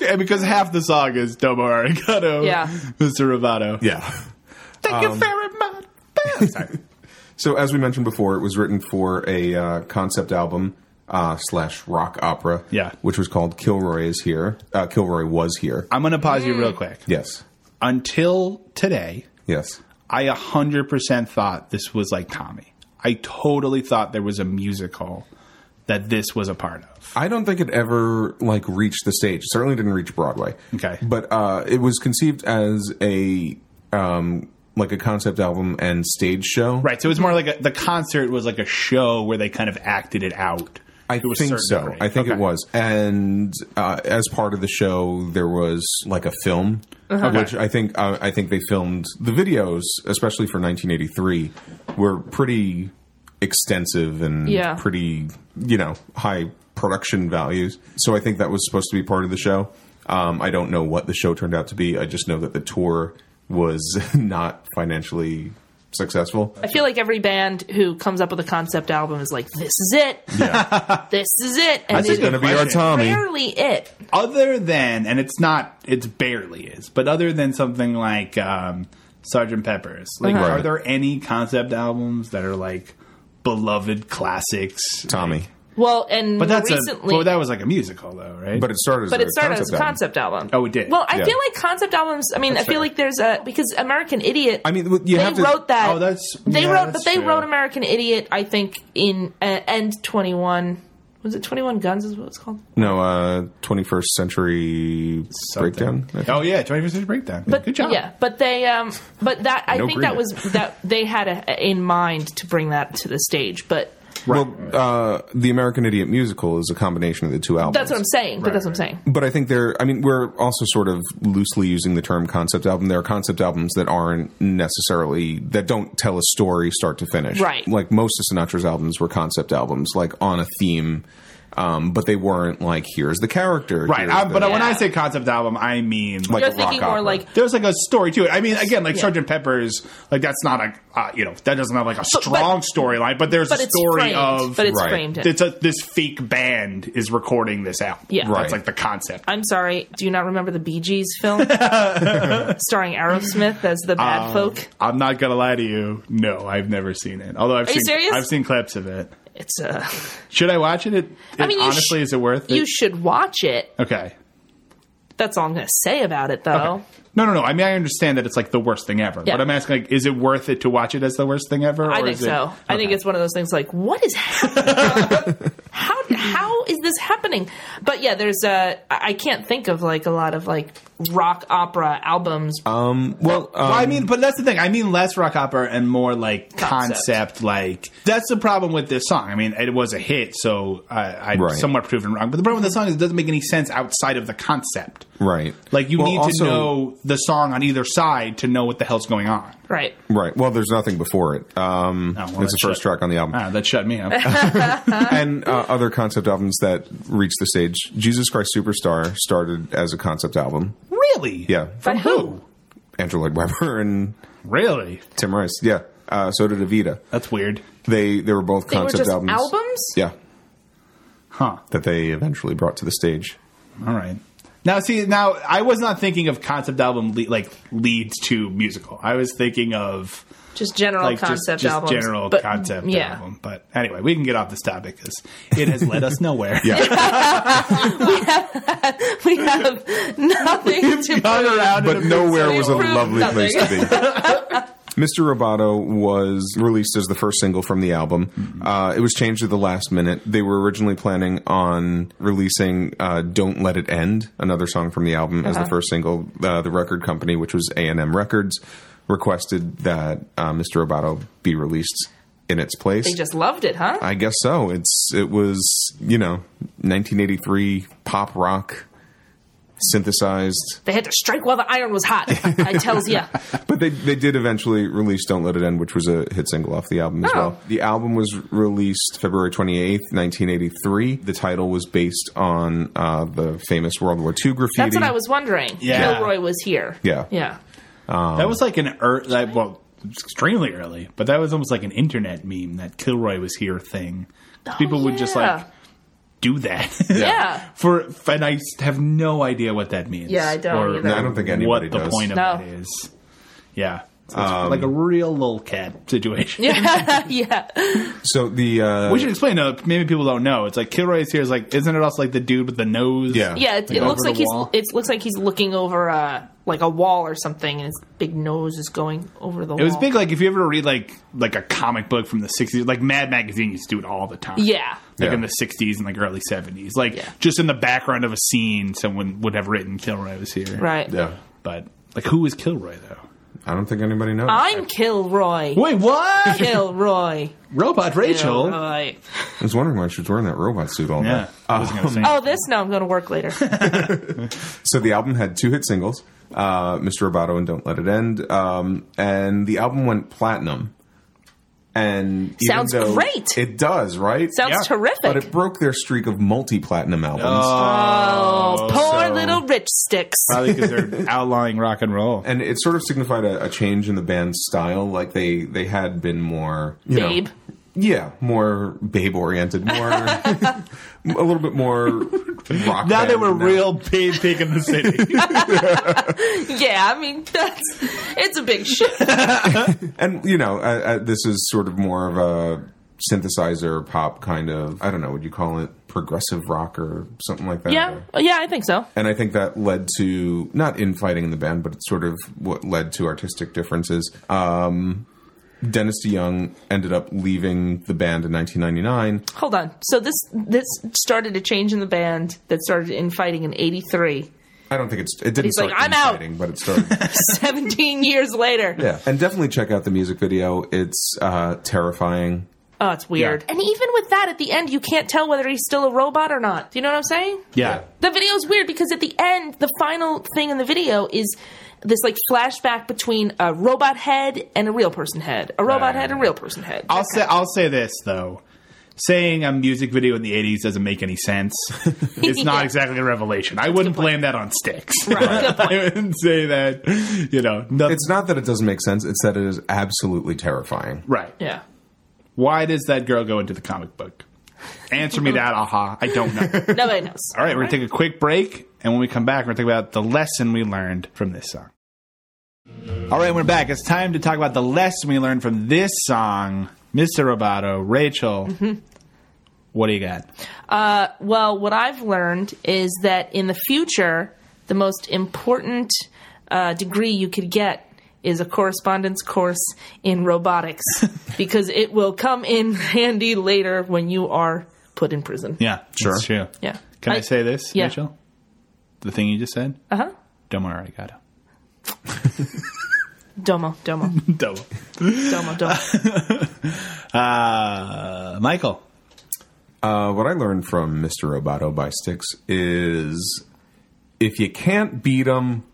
Yeah, because half the song is Domo Arigato,
Yeah.
Mr. Rovato.
yeah.
Thank
Um,
you very much.
So as we mentioned before, it was written for a uh, concept album uh, slash rock opera.
Yeah.
which was called Kilroy is here. Uh, Kilroy was here.
I'm going to pause you real quick.
yes,
Until today,
yes.
I 100% thought this was like Tommy. I totally thought there was a musical that this was a part of.
I don't think it ever like reached the stage. It certainly didn't reach Broadway.
Okay.
but uh, it was conceived as a um, like a concept album and stage show.
Right, so it's more like a, the concert was like a show where they kind of acted it out.
I
to a
think
certain
so.
degree.
I think it
Okay.
was. And uh, as part of the show, there was like a film, which I think uh, I think they filmed the videos, especially for 1983, were pretty extensive and
Yeah.
pretty you know high production values. So I think that was supposed to be part of the show. Um, I don't know what the show turned out to be. I just know that the tour was not financially successful.
I feel like every band who comes up with a concept album is like, "This is it. this is it." And
This is
it's
going to be our
question.
Tommy.
barely it.
other than and it's not it's barely is but other than something like um sergeant peppers like
Uh-huh.
are there any concept albums that are like beloved classics
Tommy.
Well, and
but that's
recently,
a well that was like a musical though right
But it started. As
but
a
it started as a
album.
concept album.
Oh, it did.
Well, I
Yeah.
feel like concept albums. I mean, I feel
fair.
like there's a because American Idiot.
I mean, you
they
have to-
wrote that.
oh that's
they
yeah,
wrote,
that's
but they
true.
wrote American Idiot. I think in uh, end twenty one. Was it twenty one guns? Is what it's called.
No, uh, 21st century
Something.
breakdown. I think.
oh yeah 21st century breakdown
But
good job
Yeah, but they, um, but that I
No
think that
agreement.
was that they had a, in mind to bring that to the stage. But
Well, uh, the American Idiot musical is a combination of the two albums.
that's what I'm saying. but that's what I'm saying.
But I think they're. I mean, we're also sort of loosely using the term concept album. There are concept albums that aren't necessarily that don't tell a story start to finish.
Right.
Like most of Sinatra's albums were concept albums, like on a theme, um, but they weren't like here's the character.
right
here's
I, but
the-
when i
Yeah.
say concept album i mean
Like
You're
a rock
thinking more
opera.
like
there's like a story to it. I mean, again, like Sergeant Pepper's, like that's not a uh, you know that doesn't have like a
but-
strong storyline, but there's
but
a
it's
story
framed.
of
but it's
Right.
framed. In.
it's a, this fake band is recording this album.
Yeah.
that's
Right.
like the concept.
I'm sorry. Do you not remember the Bee Gees film starring Aerosmith as the bad
Uh,
folk?
I'm not gonna lie to you. No, I've never seen it. Although I've
Are you
seen,
serious?
I've seen clips of it.
It's a.
Should I watch it? it,
I
it-
mean, you
honestly,
sh-
is it worth it?
You should watch it.
okay.
That's all I'm going to say about it, though.
No, no, no. I mean, I understand that it's like the worst thing ever,
Yeah.
but I'm asking, like, is it worth it to watch it as the worst thing ever?
I
or
think
is it-
so. I think
okay.
it's one of those things like, what is happening? how how is this happening? But yeah, there's uh, I I can't think of like a lot of like rock opera albums.
well, um,
Well, I mean, but that's the thing. I mean, less rock opera and more like concept.
Concept.
Like that's the problem with this song. I mean, it was a hit, so I, I
Right.
somewhat proven wrong. But the problem with the song is it doesn't make any sense outside of the concept.
right.
Like you
Well,
need
also-
to know the song on either side to know what the hell's going on.
right.
Right. Well, there's nothing before it. Um,
well,
it's
that
the first
should-
track on the album.
Ah, that shut me up.
and uh, other concept albums that reached the stage. Jesus Christ Superstar started as a concept album.
really?
Yeah.
From who?
Andrew Lloyd Webber and
Really?
Tim Rice. Yeah. Uh, so did Evita.
That's weird.
They they were both
They were
concept
just
albums.
albums?
Yeah.
Huh.
That they eventually brought to the stage.
All right. Now, see, now I was not thinking of concept album le- like leads to musical. I was thinking of
Just general
like
concept
just, just
albums.
general
But-
concept
yeah.
album. But anyway, we can get off this topic because it has led us nowhere.
Yeah.
We have nothing to
Gone
prove.
around in
but
a big
nowhere was a
Proved
lovely
nothing.
place to be. Mr. Roboto was released as the first single from the album. Uh, it was changed at the last minute. They were originally planning on releasing uh, "Don't Let It End," another song from the album, as the first single. Uh, the record company, which was A and M Records, requested that uh, Mr. Roboto be released in its place.
They just loved it, huh?
I guess so. It's it was you know 1983 pop rock synthesized
They had to strike while the iron was hot. I tells ya.
but they they did eventually release "Don't Let It End," which was a hit single off the album as
Oh.
well. The album was released February twenty eighth, nineteen eighty three. The title was based on uh, the famous World War II graffiti.
That's what I was wondering.
Yeah.
Gilroy was here.
Yeah.
Yeah.
um,
that was like an early, like, well, extremely early, but that was almost like an internet meme that Kilroy was here thing. People would just like
Oh, yeah.
do that.
Yeah.
For and I have no idea what that means.
Yeah, I don't
Or
either. No, I
don't think anybody
what the
does. Um,
point of
No.
that is. Yeah. So it's like a real lolcat situation.
yeah.
So the uh,
We should explain though. Maybe people don't know. It's like Kilroy's here is like, isn't it also like the dude with the nose?
Yeah.
Yeah, it, it
Over
looks
the
like he's
wall.
it looks like he's looking over uh like a wall or something and his big nose is going over the
It
wall.
was big. Like if you ever read like like a comic book from the '60s, like Mad Magazine used to do it all the time.
Yeah.
like
Yeah.
in the '60s and like early '70s. Like
Yeah.
just in the background of a scene, someone would have written Kilroy was here.
Right.
yeah,
But like, who is Kilroy though?
I don't think anybody knows.
I'm Kilroy.
Wait, what?
Kilroy.
Robot Rachel.
Kilroy.
I was wondering why she was wearing that robot suit all
Yeah,
night.
I wasn't
Uh-huh.
gonna say.
Oh, this no, I'm going to work later.
So the album had two hit singles, uh, "Mr. Roboto" and "Don't Let It End," um, and the album went platinum. And even
Sounds
though-
great.
It does, right?
Sounds
Yeah.
terrific.
But it broke their streak of multi-platinum albums.
Uh,
oh, poor
so-
little rich sticks.
Probably because they're outlawing rock and roll.
and it sort of signified a, a change in the band's style. Like they they had been more you know-
Babe.
yeah, more babe oriented, more a little bit more rock.
Now they
band
were
than that.
real big pig in the city.
Yeah, I mean that's it's a big shit.
and you know uh, uh, this is sort of more of a synthesizer pop kind of. I don't know, would you call it progressive rock or something like that?
Yeah, yeah, I think so.
and I think that led to not infighting in the band, but it's sort of what led to artistic differences. Um, Dennis DeYoung ended up leaving the band in 1999.
Hold on. So this this started a change in the band that started infighting in '83.
I don't think it's it didn't
He's
start
like, "I'm out."
infighting, but it started.
17 years later.
yeah, and definitely check out the music video. It's uh, terrifying.
Oh, it's weird. And even with that, at the end, you can't tell whether he's still a robot or not. Do you know what I'm saying?
yeah.
The video is weird because at the end, the final thing in the video is this like flashback between a robot head and a real person head, a robot head and a real person head.
Uh, I'll say I'll say this though. Saying a music video in the '80s doesn't make any sense. It's not
Yeah.
exactly a revelation. I wouldn't blame that on Sticks.
Right.
I wouldn't say that. You know, nothing.
It's not that it doesn't make sense; it's that it is absolutely terrifying.
right.
yeah.
Why does that girl go into the comic book? Answer me that. Aha! I don't know.
Nobody knows.
All right, we're gonna take a quick break, and when we come back, we're gonna talk about the lesson we learned from this song. All right, we're back. It's time to talk about the lesson we learned from this song, Mr. Roboto, Rachel.
Mm-hmm.
What do you got?
Uh, Well, what I've learned is that in the future, the most important uh, degree you could get is a correspondence course in robotics because it will come in handy later when you are put in prison.
Yeah, sure. That's true.
Yeah.
Can I,
I-
say this,
yeah.
Rachel? The thing you just said?
Uh huh.
Domo arigato.
Domo, domo,
Domo.
domo, domo.
Uh, Michael.
Uh, what I learned from Mr. Roboto by Styx is if you can't beat them,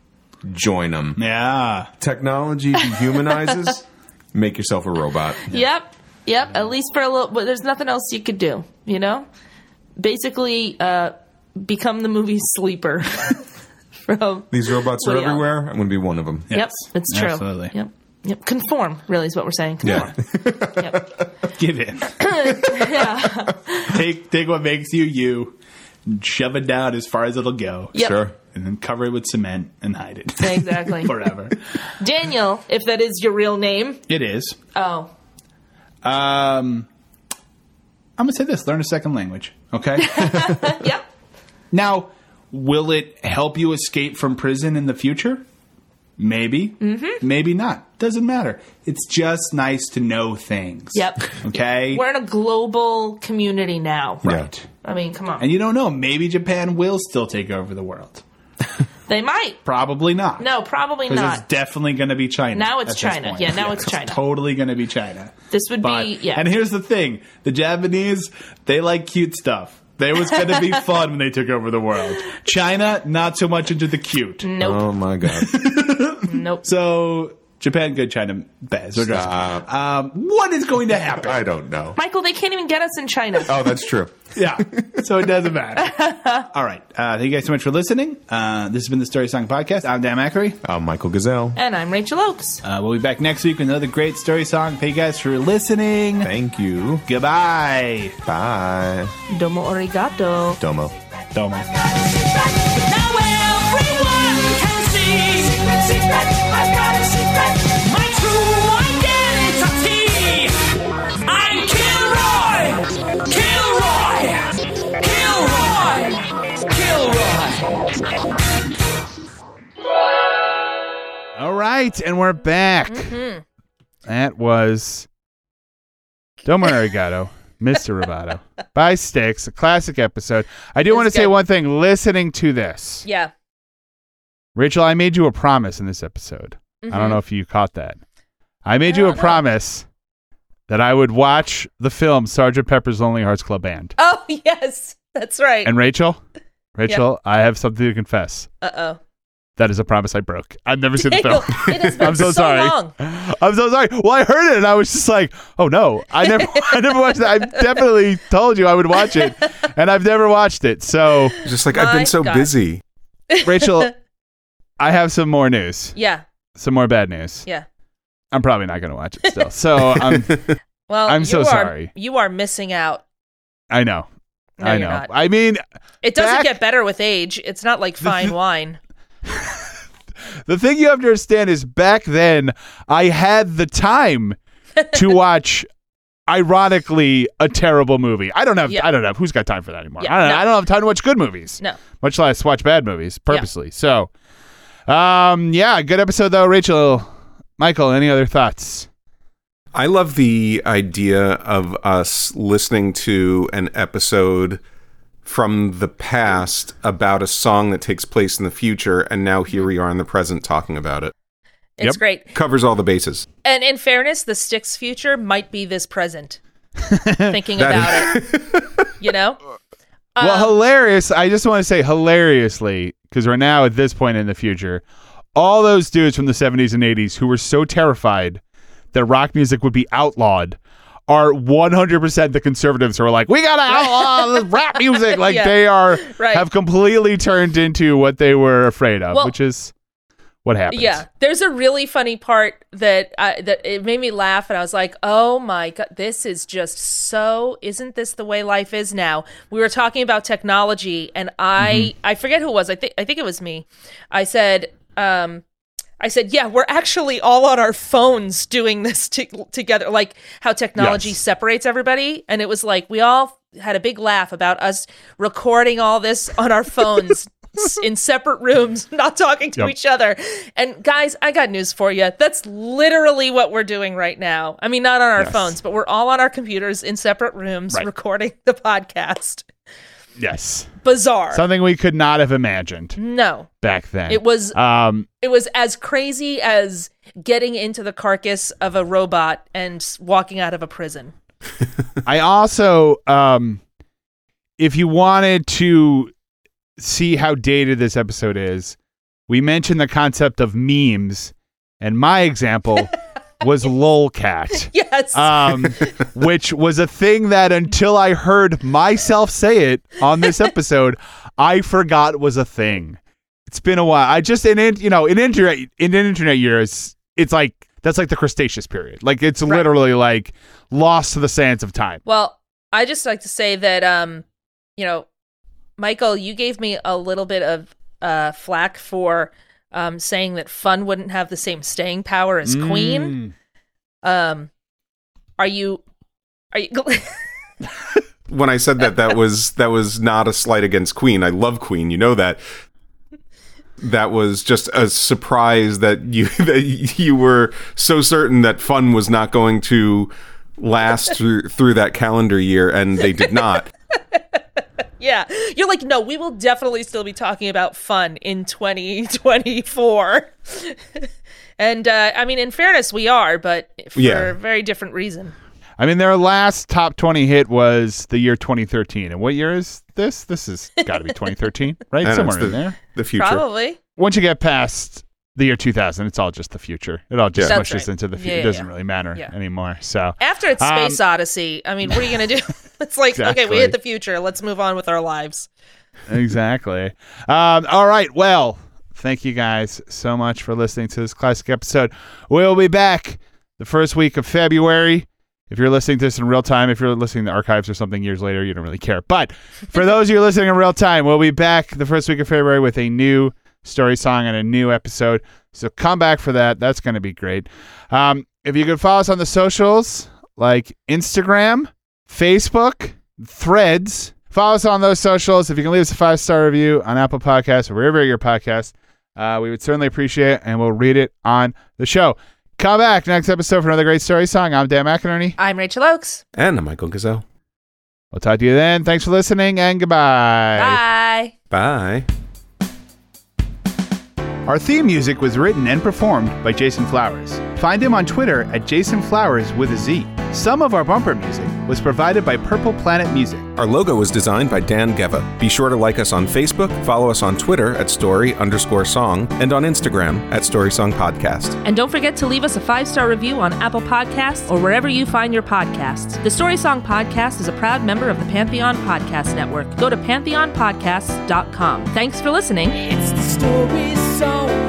join them.
Yeah.
technology dehumanizes, make yourself a robot.
Yep. Yep. At least for a little, but there's nothing else you could do. You know, basically, uh, become the movie sleeper. From
These robots are
Woody Allen.
everywhere. I'm going to be one of them.
Yep, it's true.
absolutely.
Yep. Yep. Conform really is what we're saying.
Yeah.
Give in. Take take what makes you you, and shove it down as far as it'll go.
Yep.
Sure.
And then cover it with cement and hide it
Exactly.
forever.
Daniel, if that is your real name.
it is.
Oh.
Um, I'm gonna say this: learn a second language. Okay.
Yep.
now, will it help you escape from prison in the future? Maybe, mm-hmm. maybe not. Doesn't matter. It's just nice to know things.
Yep.
Okay.
We're in a global community now.
right.
I mean, come on.
And you don't know. Maybe Japan will still take over the world.
they might.
Probably not.
No, probably
Because it's
not.
definitely going to be China.
Now it's
at this
China.
point.
Yeah, now it's China.
Totally going to be China.
This would
But
be yeah.
and here's the thing: the Japanese they like cute stuff. They was going to be fun when they took over the world. China not so much into the cute.
nope.
Oh my god.
nope.
So Japan good, China bad. So just-
Stop.
Um, what is going to happen?
I don't know.
Michael, they can't even get us in China.
Oh, that's true.
yeah. So it doesn't matter. All right. Uh, thank you guys so much for listening. Uh, this has been the Story Song Podcast. I'm Dan Macri.
Uh, Michael Gazelle.
And I'm Rachel Oakes.
Uh, we'll be back next week with another great story song. Thank you guys for listening.
Thank you.
Goodbye.
Bye.
Domo arigato.
Domo.
Domo.
Now everyone can see. Secret, secret, I've got a secret. My true identity. I'm Kilroy. Kilroy. Kilroy. Kilroy.
All right, and we're back. That was Domo Arigato, Mr. Roboto, by Sticks, a classic episode. I do want to
It's
say
good.
one thing listening to this.
Yeah.
Rachel, I made you a promise in this episode. I don't know if you caught that. I made you a promise that I would watch the film Sergeant Pepper's Lonely Hearts Club Band.
Oh yes, that's right.
And Rachel, Rachel, I have something to confess.
Uh oh.
That is a promise I broke. I've never seen the film.
Michael, it has been
I'm so,
so
sorry.
long.
I'm so sorry. Well, I heard it and I was just like, "Oh no, I never, I never watched that. I definitely told you I would watch it, and I've never watched it." So,
It's Just like I've
My
been so
God.
busy.
Rachel, I have some more news,
Yeah.
some more bad news.
Yeah.
I'm probably not going to watch it still. So, um, I'm,
Well,
I'm
you
so
are,
sorry.
You are missing out.
I know,
No,
I
you're
know.
not.
I mean,
It doesn't
Back-
get better with age. It's not like fine wine.
The thing you have to understand is back then I had the time to watch ironically a terrible movie. I don't have
Yeah.
I don't have who's got time for that anymore.
Yeah,
I don't
no.
I don't have time to watch good movies.
No.
Much less watch bad movies purposely. So um yeah, good episode though, Rachel. Michael, any other thoughts?
I love the idea of us listening to an episode from the past about a song that takes place in the future, and now here we are in the present talking about it.
It's
Yep.
great.
Covers all the bases.
And in fairness, the sticks future might be this present. Thinking
That
about it, you know.
well,
Um,
hilarious. I just want to say hilariously because we're now at this point in the future. All those dudes from the 70s and 80s who were so terrified that rock music would be outlawed are 100% the conservatives who are like, we got to outlaw the rap music. Like
Yeah.
they are,
Right.
have completely turned into what they were afraid of,
Well-
which is what happens.
Yeah, there's a really funny part that I, that it made me laugh, and I was like, "Oh my god, this is just so! Isn't this the way life is now?" We were talking about technology, and I I forget who it was. I think I think it was me. I said. Um, I said, yeah, we're actually all on our phones doing this t- together, like how technology
Yes.
separates everybody. And it was like, we all had a big laugh about us recording all this on our phones s- in separate rooms, not talking to
Yep.
each other. And guys, I got news for you. That's literally what we're doing right now. I mean, not on our
Yes.
phones, but we're all on our computers in separate rooms
Right.
recording the podcast.
Yes.
Bizarre.
Something we could not have imagined
no,
back then.
it was
Um,
it was as crazy as getting into the carcass of a robot and s- walking out of a prison.
I also, um, if you wanted to see how dated this episode is, we mentioned the concept of memes, and my example was lolcat.
Yes.
Um, which was a thing that until I heard myself say it on this episode, I forgot was a thing. It's been a while. I just in, in you know in internet in internet years, it's like that's like the Cretaceous period. Like it's
Right.
literally like lost to the sands of time.
well, I just like to say that um, you know, Michael, you gave me a little bit of uh flack for um saying that fun wouldn't have the same staying power as Queen. Um are you are you
When I said that, that was that was not a slight against Queen. I love Queen, you know that. that was just a surprise that you that you were so certain that fun was not going to last through through that calendar year, and they did not.
Yeah. You're like, no, we will definitely still be talking about fun in 2024. and uh, I mean, in fairness, we are, but for
Yeah.
a very different reason.
I mean, their last top 20 hit was the year 2013. And what year is this? This has got to be 2013, right?
I don't know,
Somewhere
it's
in
the,
there.
the future.
Probably.
Once you get past the year 2000, it's all just the future. It all just
Yeah. That's
pushes
right.
into the future.
Yeah,
it
yeah,
doesn't
yeah.
really matter
Yeah.
anymore. So,
After it's
Um,
Space Odyssey, I mean, what are you going to do? it's like, okay, we
Exactly.
hit the future. Let's move on with our lives.
exactly. Um, all right. Well, thank you guys so much for listening to this classic episode. We'll be back the first week of February. If you're listening to this in real time, if you're listening to archives or something years later, you don't really care. But for those of you listening in real time, we'll be back the first week of February with a new story song and a new episode. So come back for that. That's going to be great. Um, if you could follow us on the socials like Instagram, Facebook, Threads, follow us on those socials. If you can leave us a five star review on Apple Podcasts or wherever your podcast, uh, we would certainly appreciate it and we'll read it on the show. Come back next episode for another great story song. I'm Dan McInerney.
I'm Rachel Oakes.
And I'm Michael Gazelle.
We'll talk to you then. Thanks for listening and goodbye.
Bye.
Bye.
Our theme music was written and performed by Jason Flowers. Find him on Twitter at Jason Flowers with a Z. Some of our bumper music was provided by Purple Planet Music.
Our logo was designed by Dan Geva. Be sure to like us on Facebook, follow us on Twitter at story underscore song, and on Instagram at story song podcast.
And don't forget to leave us a five star review on Apple Podcasts or wherever you find your podcasts. The Story Song Podcast is a proud member of the Pantheon Podcast Network. Go to pantheonpodcasts.com. Thanks for listening.
It's the Story Song Podcast.